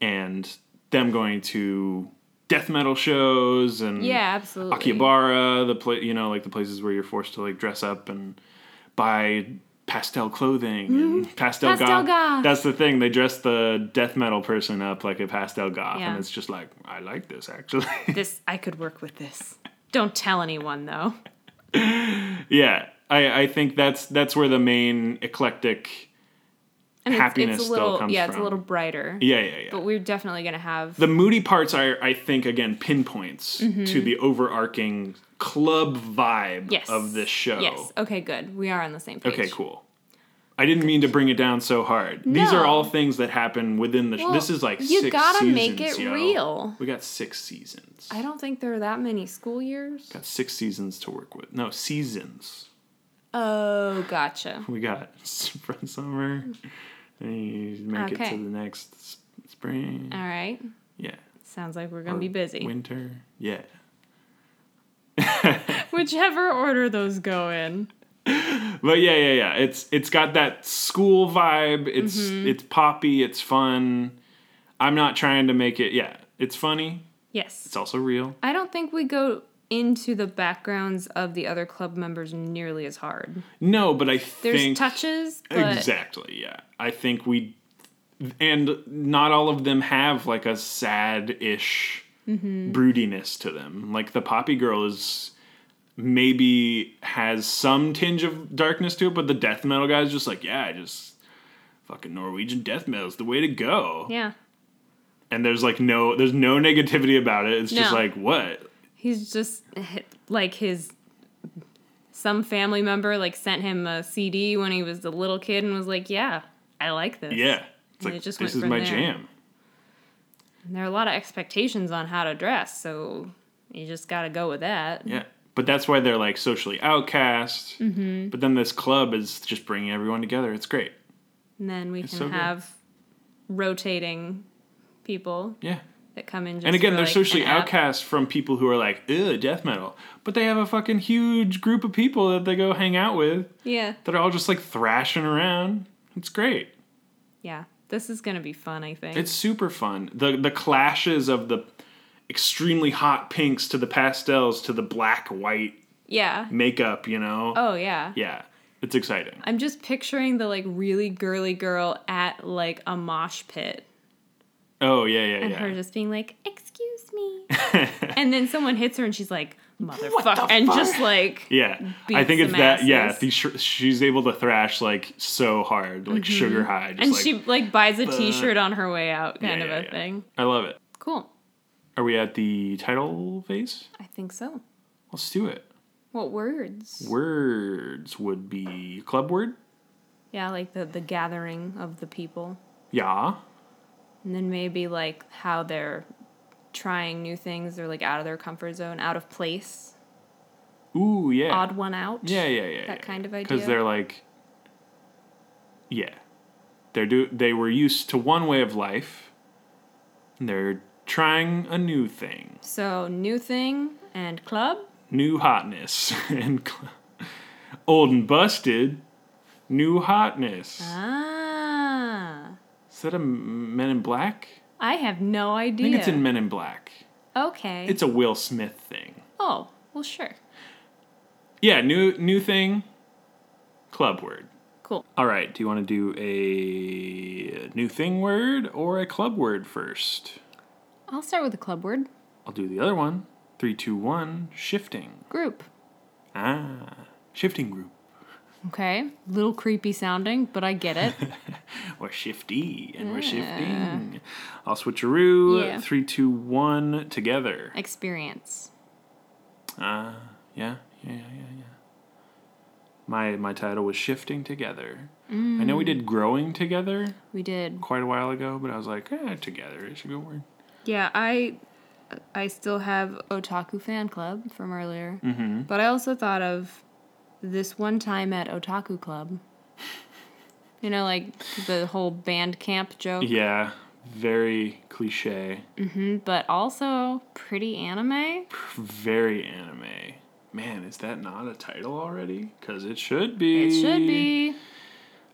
Speaker 2: and them going to death metal shows and
Speaker 1: yeah, absolutely.
Speaker 2: akihabara the place you know like the places where you're forced to like dress up and buy pastel clothing and pastel,
Speaker 1: Mm-hmm. Pastel
Speaker 2: goth.
Speaker 1: goth.
Speaker 2: that's the thing they dress the death metal person up like a pastel goth
Speaker 1: Yeah.
Speaker 2: and it's just like i like this actually
Speaker 1: This I could work with this. Don't tell anyone though.
Speaker 2: yeah I, I think that's that's where the main eclectic
Speaker 1: And
Speaker 2: Happiness
Speaker 1: it's, it's a
Speaker 2: still
Speaker 1: little
Speaker 2: comes
Speaker 1: yeah, it's
Speaker 2: from-
Speaker 1: a little brighter.
Speaker 2: yeah yeah yeah
Speaker 1: But we're definitely gonna have
Speaker 2: the moody parts are i think again pinpoints
Speaker 1: Mm-hmm.
Speaker 2: to the overarching club vibe
Speaker 1: yes
Speaker 2: of this show
Speaker 1: Yes. Okay, good. We are on the same page.
Speaker 2: okay cool i didn't mean to bring it down so hard these
Speaker 1: No.
Speaker 2: are all things that happen within the sh
Speaker 1: Well,
Speaker 2: this is like
Speaker 1: you
Speaker 2: six
Speaker 1: gotta make
Speaker 2: seasons,
Speaker 1: it
Speaker 2: yo.
Speaker 1: real.
Speaker 2: we got six seasons
Speaker 1: I don't think there are that many school years.
Speaker 2: got six seasons to work with no seasons
Speaker 1: Oh, gotcha.
Speaker 2: we got from summer then you make it
Speaker 1: Okay.
Speaker 2: to the next s- spring
Speaker 1: All right.
Speaker 2: yeah
Speaker 1: Sounds like we're going
Speaker 2: Or
Speaker 1: to be busy.
Speaker 2: winter yeah
Speaker 1: Whichever order those go in.
Speaker 2: But yeah, yeah, yeah. It's it's got that school vibe. It's
Speaker 1: Mm-hmm.
Speaker 2: it's poppy. It's fun. I'm not trying to make it. Yeah, it's funny.
Speaker 1: Yes.
Speaker 2: It's also real.
Speaker 1: I don't think we go into the backgrounds of the other club members nearly as hard.
Speaker 2: No, but I
Speaker 1: There's
Speaker 2: think
Speaker 1: touches, but
Speaker 2: exactly. Yeah, I think we, and not all of them have like a sad-ish
Speaker 1: Mm-hmm.
Speaker 2: broodiness to them. Like the Poppy Girl is maybe has some tinge of darkness to it, but the death metal guy is just like, yeah, I just fucking Norwegian death metal is the way to go.
Speaker 1: yeah,
Speaker 2: And there's like no, there's no negativity about it. It's just
Speaker 1: No.
Speaker 2: like what
Speaker 1: he's just hi- like his some family member like sent him a CD when he was a little kid and was like, "Yeah, I like this."
Speaker 2: Yeah.
Speaker 1: And
Speaker 2: It's like
Speaker 1: it just went
Speaker 2: this is
Speaker 1: from
Speaker 2: my
Speaker 1: there.
Speaker 2: jam.
Speaker 1: And there are a lot of expectations on how to dress, so you just got to go with that.
Speaker 2: Yeah. But that's why they're like socially outcast. Mm-hmm. But then this club is just bringing everyone together. It's great.
Speaker 1: And then we can
Speaker 2: so good.
Speaker 1: have rotating people
Speaker 2: Yeah.
Speaker 1: that come in. Just
Speaker 2: And again,
Speaker 1: for,
Speaker 2: they're
Speaker 1: like,
Speaker 2: socially
Speaker 1: an app.
Speaker 2: outcast from people who are like, ugh, death metal. But they have a fucking huge group of people that they go hang out with
Speaker 1: Yeah,
Speaker 2: that are all just like thrashing around. It's great.
Speaker 1: yeah. This is gonna be fun. I think
Speaker 2: It's super fun. The the clashes of the extremely hot pinks to the pastels to the black white
Speaker 1: Yeah.
Speaker 2: makeup, you know?
Speaker 1: Oh yeah.
Speaker 2: Yeah. It's exciting.
Speaker 1: I'm just picturing the like really girly girl at like a mosh pit
Speaker 2: Oh yeah, yeah,
Speaker 1: and
Speaker 2: yeah.
Speaker 1: her just being like, "Excuse me," and then someone hits her and she's like, "Motherfucker,"
Speaker 2: the
Speaker 1: and
Speaker 2: fuck?
Speaker 1: just like,
Speaker 2: yeah, I
Speaker 1: beats
Speaker 2: think it's
Speaker 1: some
Speaker 2: that. Yeah,
Speaker 1: asses.
Speaker 2: the sh- she's able to thrash like so hard, like sugar high. Just
Speaker 1: Mm-hmm. and
Speaker 2: like,
Speaker 1: she like buys a T-shirt on her way out, kind
Speaker 2: Yeah,
Speaker 1: of
Speaker 2: yeah,
Speaker 1: a
Speaker 2: yeah.
Speaker 1: thing.
Speaker 2: I love it.
Speaker 1: Cool.
Speaker 2: Are we at the title phase?
Speaker 1: I think so.
Speaker 2: Let's do it.
Speaker 1: What words?
Speaker 2: Words would be club word.
Speaker 1: Yeah, like the the gathering of the people,
Speaker 2: Yeah.
Speaker 1: and then maybe like how they're trying new things. They're like out of their comfort zone, out of place,
Speaker 2: Ooh yeah.
Speaker 1: odd one out.
Speaker 2: Yeah, yeah, yeah.
Speaker 1: That kind of
Speaker 2: Because
Speaker 1: idea.
Speaker 2: they're like, yeah, they're do they were used to one way of life, and they're trying a new thing.
Speaker 1: So new thing and club.
Speaker 2: new hotness and cl- old and busted new hotness
Speaker 1: Uh-huh. Ah,
Speaker 2: is that a M- men in black
Speaker 1: I have no
Speaker 2: i
Speaker 1: idea.
Speaker 2: think it's in men in black
Speaker 1: okay.
Speaker 2: it's a will smith thing
Speaker 1: oh well, sure.
Speaker 2: yeah new new thing club word
Speaker 1: Cool.
Speaker 2: all right do you want to do a new thing word or a club word first
Speaker 1: I'll start with the club word
Speaker 2: i'll do the other one three two one shifting
Speaker 1: group.
Speaker 2: ah shifting group
Speaker 1: Okay, little creepy sounding, but I get it.
Speaker 2: We're shifty and we're shifting. I'll switcheroo.
Speaker 1: Yeah.
Speaker 2: Three, two, one, together.
Speaker 1: Experience.
Speaker 2: Ah, yeah, yeah, yeah, yeah, yeah. My my title was shifting together. I
Speaker 1: Mm.
Speaker 2: know we did growing together
Speaker 1: We did.
Speaker 2: quite a while ago, but I was like, eh, together is a good word.
Speaker 1: Yeah, I, I still have otaku fan club from earlier, mm-hmm. but I also thought of this one time at otaku club. You know, like the whole band camp joke.
Speaker 2: Yeah, very cliche,
Speaker 1: but also pretty anime.
Speaker 2: very anime. Man, is that not a title already? Because it should be.
Speaker 1: It should be.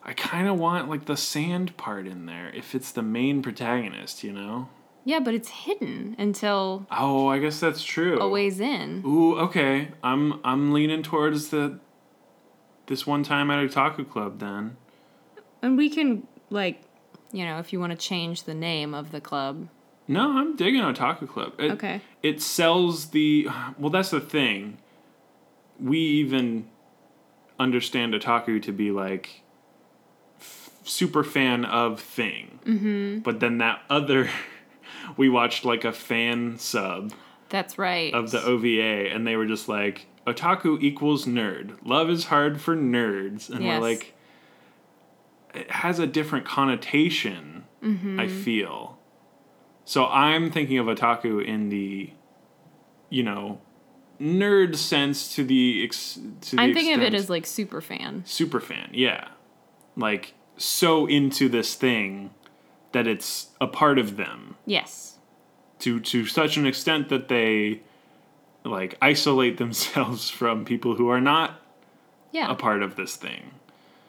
Speaker 2: I kind of want like the sand part in there if it's the main protagonist, you know?
Speaker 1: Yeah, but it's hidden until
Speaker 2: Oh, I guess that's true.
Speaker 1: a ways in.
Speaker 2: Ooh, okay. I'm I'm leaning towards the this one time at Otaku Club then.
Speaker 1: And we can, like, you know, if you want to change the name of the club.
Speaker 2: No, I'm digging Otaku Club. It,
Speaker 1: Okay.
Speaker 2: It sells the well. That's the thing. We even understand otaku to be like f- super fan of thing, mm-hmm. but then that other we watched like a fan sub
Speaker 1: That's right.
Speaker 2: of the OVA, and they were just like, "Otaku equals nerd. Love is hard for nerds," and
Speaker 1: Yes.
Speaker 2: we're like, it has a different connotation.
Speaker 1: Mm-hmm.
Speaker 2: I feel. So I'm thinking of otaku in the, you know, nerd sense to the ex. To the
Speaker 1: I'm thinking of it
Speaker 2: extent-
Speaker 1: as, like, super fan.
Speaker 2: super fan. Yeah, like so into this thing that it's a part of them
Speaker 1: Yes.
Speaker 2: to to such an extent that they like isolate themselves from people who are not
Speaker 1: Yeah.
Speaker 2: a part of this thing.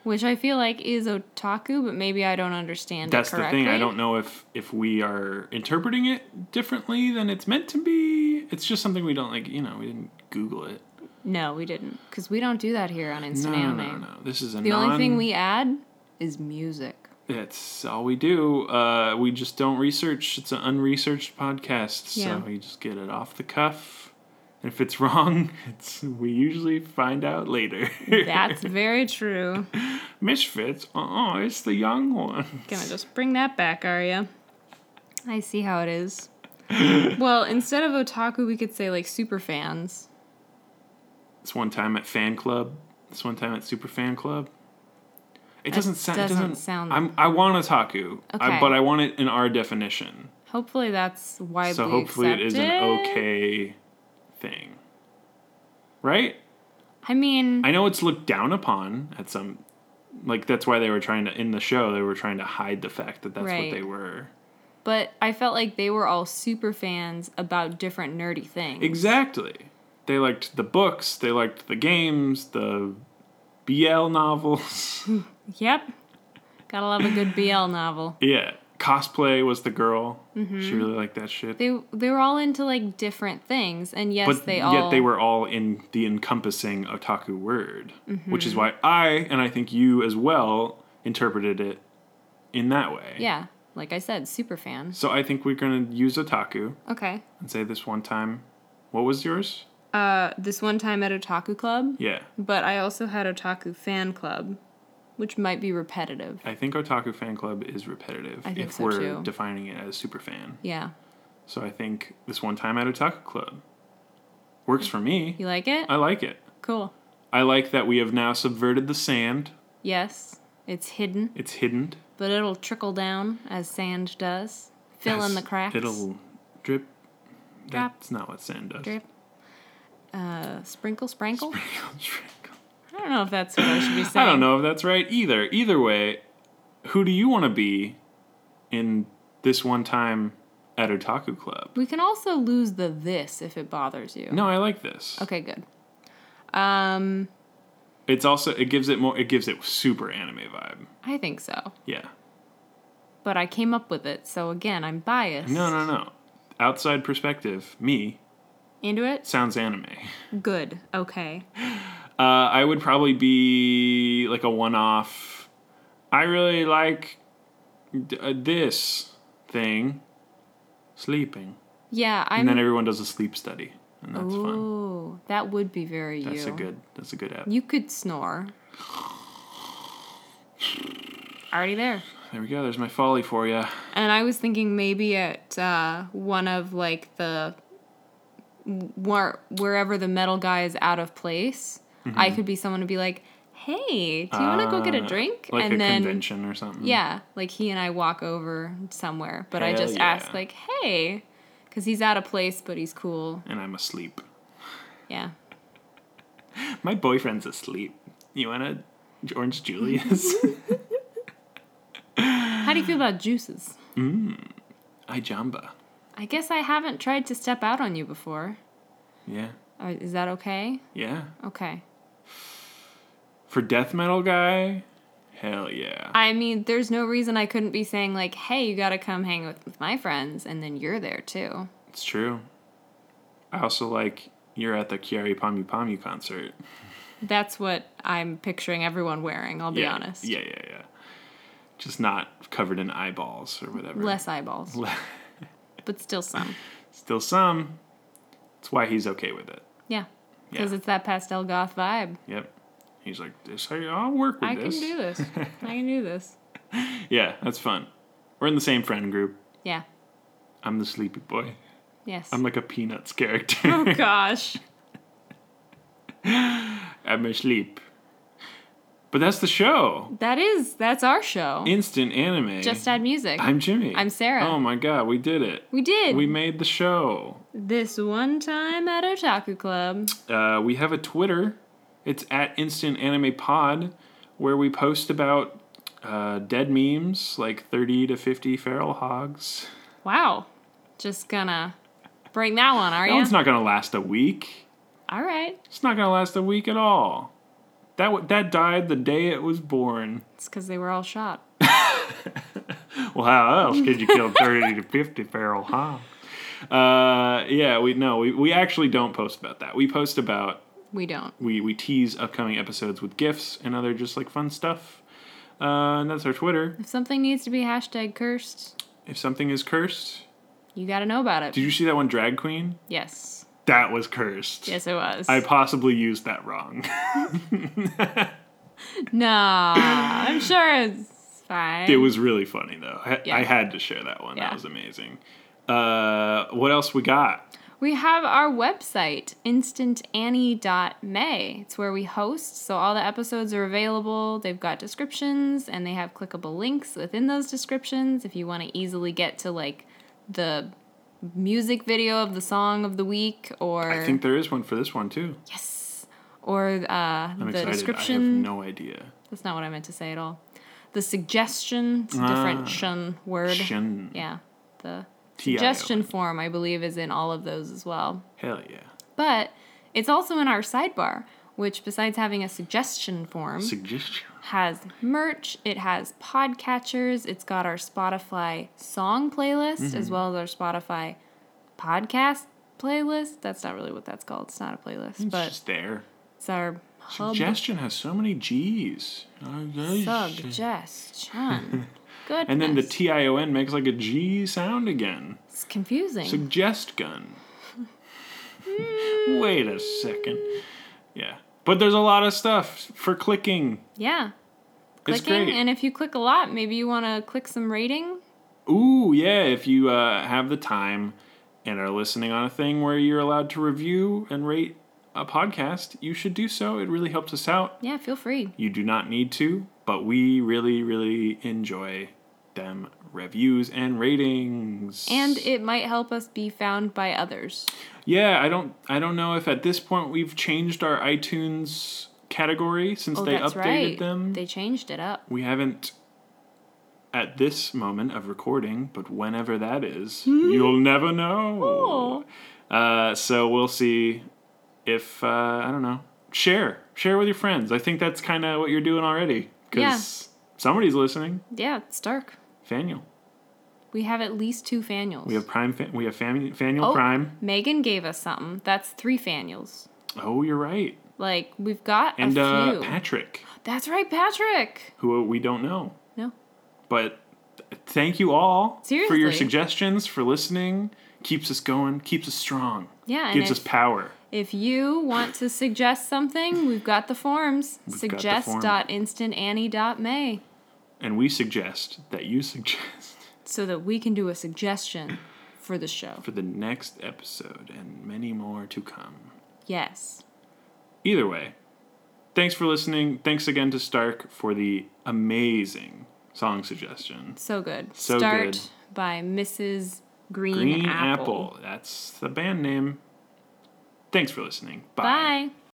Speaker 1: which I feel like is otaku, but maybe I don't understand
Speaker 2: That's
Speaker 1: it
Speaker 2: the
Speaker 1: correctly.
Speaker 2: thing. I don't know if if we are interpreting it differently than it's meant to be. It's just something we don't like. You know, we didn't Google it.
Speaker 1: No, we didn't, because we don't do that here on
Speaker 2: No,
Speaker 1: Instant
Speaker 2: no,
Speaker 1: Anime.
Speaker 2: no, no. This is a
Speaker 1: The
Speaker 2: non.
Speaker 1: only thing we add is music.
Speaker 2: That's all we do. Uh, we just don't research. It's an unresearched podcast,
Speaker 1: Yeah.
Speaker 2: so we just get it off the cuff. And if it's wrong, it's we usually find out later.
Speaker 1: That's very true.
Speaker 2: Misfits. Uh-uh, it's the young one.
Speaker 1: Gonna just bring that back, Arya. I see how it is. well, instead of otaku, we could say like super fans.
Speaker 2: This one time at fan club. This one time at super fan club. It doesn't sound.
Speaker 1: doesn't
Speaker 2: it doesn't
Speaker 1: sound-
Speaker 2: I'm, I want otaku, I,
Speaker 1: Okay.
Speaker 2: but I want it in our definition.
Speaker 1: Hopefully, that's widely
Speaker 2: so hopefully it is an
Speaker 1: accepted.
Speaker 2: okay thing, right?
Speaker 1: I mean,
Speaker 2: I know it's looked down upon at some like that's why they were trying to in the show they were trying to hide the fact that that's
Speaker 1: Right.
Speaker 2: what they were.
Speaker 1: but I felt like they were all super fans about different nerdy things.
Speaker 2: Exactly. They liked the books, they liked the games, the BL novels.
Speaker 1: Yep. Gotta love a good BL novel.
Speaker 2: yeah. Cosplay was the girl. She really liked that shit.
Speaker 1: Mm-hmm. They they were all into like different things, and yes,
Speaker 2: but
Speaker 1: they
Speaker 2: yet
Speaker 1: all.
Speaker 2: they were all in the encompassing otaku word,
Speaker 1: Mm-hmm.
Speaker 2: which is why I and I think you as well interpreted it in that way.
Speaker 1: Yeah, like I said, super fan.
Speaker 2: So I think we're going to use otaku.
Speaker 1: Okay.
Speaker 2: and say this one time. What was yours?
Speaker 1: Uh, this one time at otaku club,
Speaker 2: Yeah.
Speaker 1: but I also had otaku fan club, which might be repetitive.
Speaker 2: I think Otaku Fan Club is repetitive
Speaker 1: I think
Speaker 2: if
Speaker 1: so,
Speaker 2: we're
Speaker 1: too.
Speaker 2: defining it as super fan.
Speaker 1: Yeah.
Speaker 2: So I think this one time at Otaku Club works for me.
Speaker 1: You like it?
Speaker 2: I like it.
Speaker 1: cool.
Speaker 2: I like that we have now subverted the sand.
Speaker 1: Yes. It's hidden,
Speaker 2: It's hidden.
Speaker 1: but it'll trickle down as sand does, fill in
Speaker 2: As
Speaker 1: the cracks.
Speaker 2: It'll drip.
Speaker 1: Drop.
Speaker 2: That's not what sand does.
Speaker 1: drip. Uh, sprinkle, sprinkle.
Speaker 2: Sprinkle.
Speaker 1: I don't know if that's what I should be saying.
Speaker 2: I don't know if that's right either. Either way, who do you want to be in this one time at Otaku Club?
Speaker 1: We can also lose the this if it bothers you.
Speaker 2: No, I like this.
Speaker 1: Okay, good. Um,
Speaker 2: It's also it gives it more it gives it super anime vibe.
Speaker 1: I think so.
Speaker 2: Yeah.
Speaker 1: But I came up with it, so again, I'm biased.
Speaker 2: No, no, no. Outside perspective, me
Speaker 1: Into it?
Speaker 2: sounds anime.
Speaker 1: Good. Okay.
Speaker 2: Uh, I would probably be like a one-off. I really like d- uh, this thing, sleeping,
Speaker 1: Yeah, I'm.
Speaker 2: and then everyone does a sleep study, and that's fun.
Speaker 1: Ooh, that would be very
Speaker 2: That's
Speaker 1: you.
Speaker 2: a good. That's a good app.
Speaker 1: You could snore. Already there.
Speaker 2: There we go. There's my folly for you.
Speaker 1: And I was thinking maybe at uh, one of like the where, wherever the metal guy is out of place,
Speaker 2: Mm-hmm.
Speaker 1: I could be someone to be like, "Hey, do you want to go get a drink?"
Speaker 2: Uh, Like
Speaker 1: and
Speaker 2: a
Speaker 1: then
Speaker 2: convention or something.
Speaker 1: yeah, like he and I walk over somewhere, but I
Speaker 2: Hell
Speaker 1: just
Speaker 2: yeah.
Speaker 1: ask like, "Hey," because he's out of place, but he's cool.
Speaker 2: And I'm asleep.
Speaker 1: Yeah.
Speaker 2: My boyfriend's asleep. You wanna Orange Julius?
Speaker 1: How do you feel about juices?
Speaker 2: I jamba.
Speaker 1: I guess I haven't tried to step out on you before.
Speaker 2: Yeah.
Speaker 1: Uh, Is that okay?
Speaker 2: Yeah.
Speaker 1: Okay.
Speaker 2: For death metal guy, hell yeah.
Speaker 1: I mean, there's no reason I couldn't be saying, like, hey, you gotta come hang with, with my friends, and then you're there too.
Speaker 2: It's true. I also like you're at the Kiari Pamu Pamu concert.
Speaker 1: That's what I'm picturing everyone wearing, I'll be
Speaker 2: yeah.
Speaker 1: honest.
Speaker 2: Yeah, yeah, yeah. Just not covered in eyeballs or whatever.
Speaker 1: Less eyeballs, but still some.
Speaker 2: Still some. That's why he's okay with it.
Speaker 1: Yeah.
Speaker 2: Yeah.
Speaker 1: Because it's that pastel goth vibe.
Speaker 2: Yep. He's like, this, I, I'll work with
Speaker 1: I
Speaker 2: this.
Speaker 1: can do this. I can do this.
Speaker 2: Yeah, that's fun. We're in the same friend group.
Speaker 1: Yeah.
Speaker 2: I'm the sleepy boy.
Speaker 1: Yes.
Speaker 2: I'm like a Peanuts character.
Speaker 1: oh, gosh.
Speaker 2: I'm asleep. But that's the show.
Speaker 1: That is, that's our show.
Speaker 2: Instant anime.
Speaker 1: Just add music.
Speaker 2: I'm Jimmy.
Speaker 1: I'm Sarah.
Speaker 2: Oh my god, we did it.
Speaker 1: we did.
Speaker 2: We made the show.
Speaker 1: This one time at Otaku Club.
Speaker 2: Uh, we have a Twitter. It's at Instant Anime Pod, where we post about uh, dead memes like 30 to 50 feral hogs.
Speaker 1: Wow. Just gonna bring that one, are
Speaker 2: That
Speaker 1: you?
Speaker 2: one's not going to last a week.
Speaker 1: All right.
Speaker 2: It's not going to last a week at all. That w- that died the day it was born.
Speaker 1: It's because they were all shot.
Speaker 2: Well, how else could you kill thirty to fifty feral hogs? Uh, yeah, we no, we, we actually don't post about that. We post about
Speaker 1: We don't.
Speaker 2: we we tease upcoming episodes with gifs and other just like fun stuff. Uh, and that's our Twitter.
Speaker 1: If something needs to be hashtag cursed,
Speaker 2: If something is cursed,
Speaker 1: you got to know about it.
Speaker 2: did you see that one drag queen?
Speaker 1: yes.
Speaker 2: That was cursed.
Speaker 1: Yes, it was.
Speaker 2: I possibly used that wrong.
Speaker 1: no, I'm sure it's fine.
Speaker 2: it was really funny though. I,
Speaker 1: Yeah.
Speaker 2: I had to share that one.
Speaker 1: Yeah.
Speaker 2: That was amazing. Uh, what else we got?
Speaker 1: We have our website, instantannie.may. It's where we host, so all the episodes are available. They've got descriptions and they have clickable links within those descriptions if you want to easily get to like the music video of the song of the week or
Speaker 2: I think there is one for this one too.
Speaker 1: yes or uh,
Speaker 2: I'm
Speaker 1: the
Speaker 2: excited.
Speaker 1: description.
Speaker 2: I have no idea.
Speaker 1: That's not what I meant to say at all. The suggestion, it's a different
Speaker 2: Ah.
Speaker 1: shun word.
Speaker 2: Shun.
Speaker 1: Yeah. The
Speaker 2: T I O N.
Speaker 1: suggestion form, I believe, is in all of those as well.
Speaker 2: Hell yeah.
Speaker 1: But it's also in our sidebar, which besides having a suggestion form,
Speaker 2: Suggestion.
Speaker 1: has merch, it has podcatchers, it's got our Spotify song playlist
Speaker 2: Mm-hmm.
Speaker 1: as well as our Spotify podcast playlist. That's not really what that's called. It's not a playlist,
Speaker 2: It's
Speaker 1: but
Speaker 2: just there.
Speaker 1: it's our hub
Speaker 2: Suggestion has so many G's.
Speaker 1: suggestion. Goodness.
Speaker 2: And then the T I O N makes like a G sound again.
Speaker 1: It's confusing.
Speaker 2: Suggest gun. Wait a second. Yeah. But there's a lot of stuff for clicking.
Speaker 1: yeah.
Speaker 2: It's
Speaker 1: Clicking,
Speaker 2: great.
Speaker 1: and if you click a lot, maybe you want to click some rating.
Speaker 2: Ooh, yeah, if you uh, have the time and are listening on a thing where you're allowed to review and rate a podcast, you should do so. It really helps us out.
Speaker 1: Yeah, feel free.
Speaker 2: You do not need to, but we really, really enjoy them reviews and ratings.
Speaker 1: And it might help us be found by others.
Speaker 2: yeah, I don't I don't know if at this point we've changed our iTunes category since
Speaker 1: Oh,
Speaker 2: they
Speaker 1: that's
Speaker 2: updated
Speaker 1: right.
Speaker 2: them.
Speaker 1: They changed it up.
Speaker 2: We haven't at this moment of recording, but whenever that is,
Speaker 1: Hmm.
Speaker 2: you'll never know. Uh, so we'll see if uh, I don't know. Share, share with your friends. I think that's kind of what you're doing already because somebody's listening.
Speaker 1: Yeah, it's dark.
Speaker 2: Faniel,
Speaker 1: We have at least two faniels.
Speaker 2: we have Prime. Fa- we have Fam- Faniel
Speaker 1: Oh.
Speaker 2: Prime.
Speaker 1: Megan gave us something. That's three faniels.
Speaker 2: Oh, you're right.
Speaker 1: Like we've got
Speaker 2: And
Speaker 1: a
Speaker 2: uh,
Speaker 1: few.
Speaker 2: Patrick,
Speaker 1: that's right, Patrick.
Speaker 2: who we don't know,
Speaker 1: No,
Speaker 2: but thank you all for your
Speaker 1: Seriously.
Speaker 2: suggestions for listening. Keeps us going. Keeps us strong.
Speaker 1: yeah. And
Speaker 2: gives us
Speaker 1: if,
Speaker 2: power.
Speaker 1: if you want to suggest something, we've got the forms.
Speaker 2: We've got the form.
Speaker 1: Suggest.instantannie.may.
Speaker 2: And we suggest that you suggest
Speaker 1: so that we can do a suggestion for the show.
Speaker 2: for the next episode and many more to come.
Speaker 1: Yes.
Speaker 2: Either way, thanks for listening. Thanks again to Stark for the amazing song suggestion.
Speaker 1: So good.
Speaker 2: So
Speaker 1: Start
Speaker 2: good.
Speaker 1: by Mrs. Green,
Speaker 2: Green
Speaker 1: Apple.
Speaker 2: Apple. That's the band name. Thanks for listening.
Speaker 1: Bye.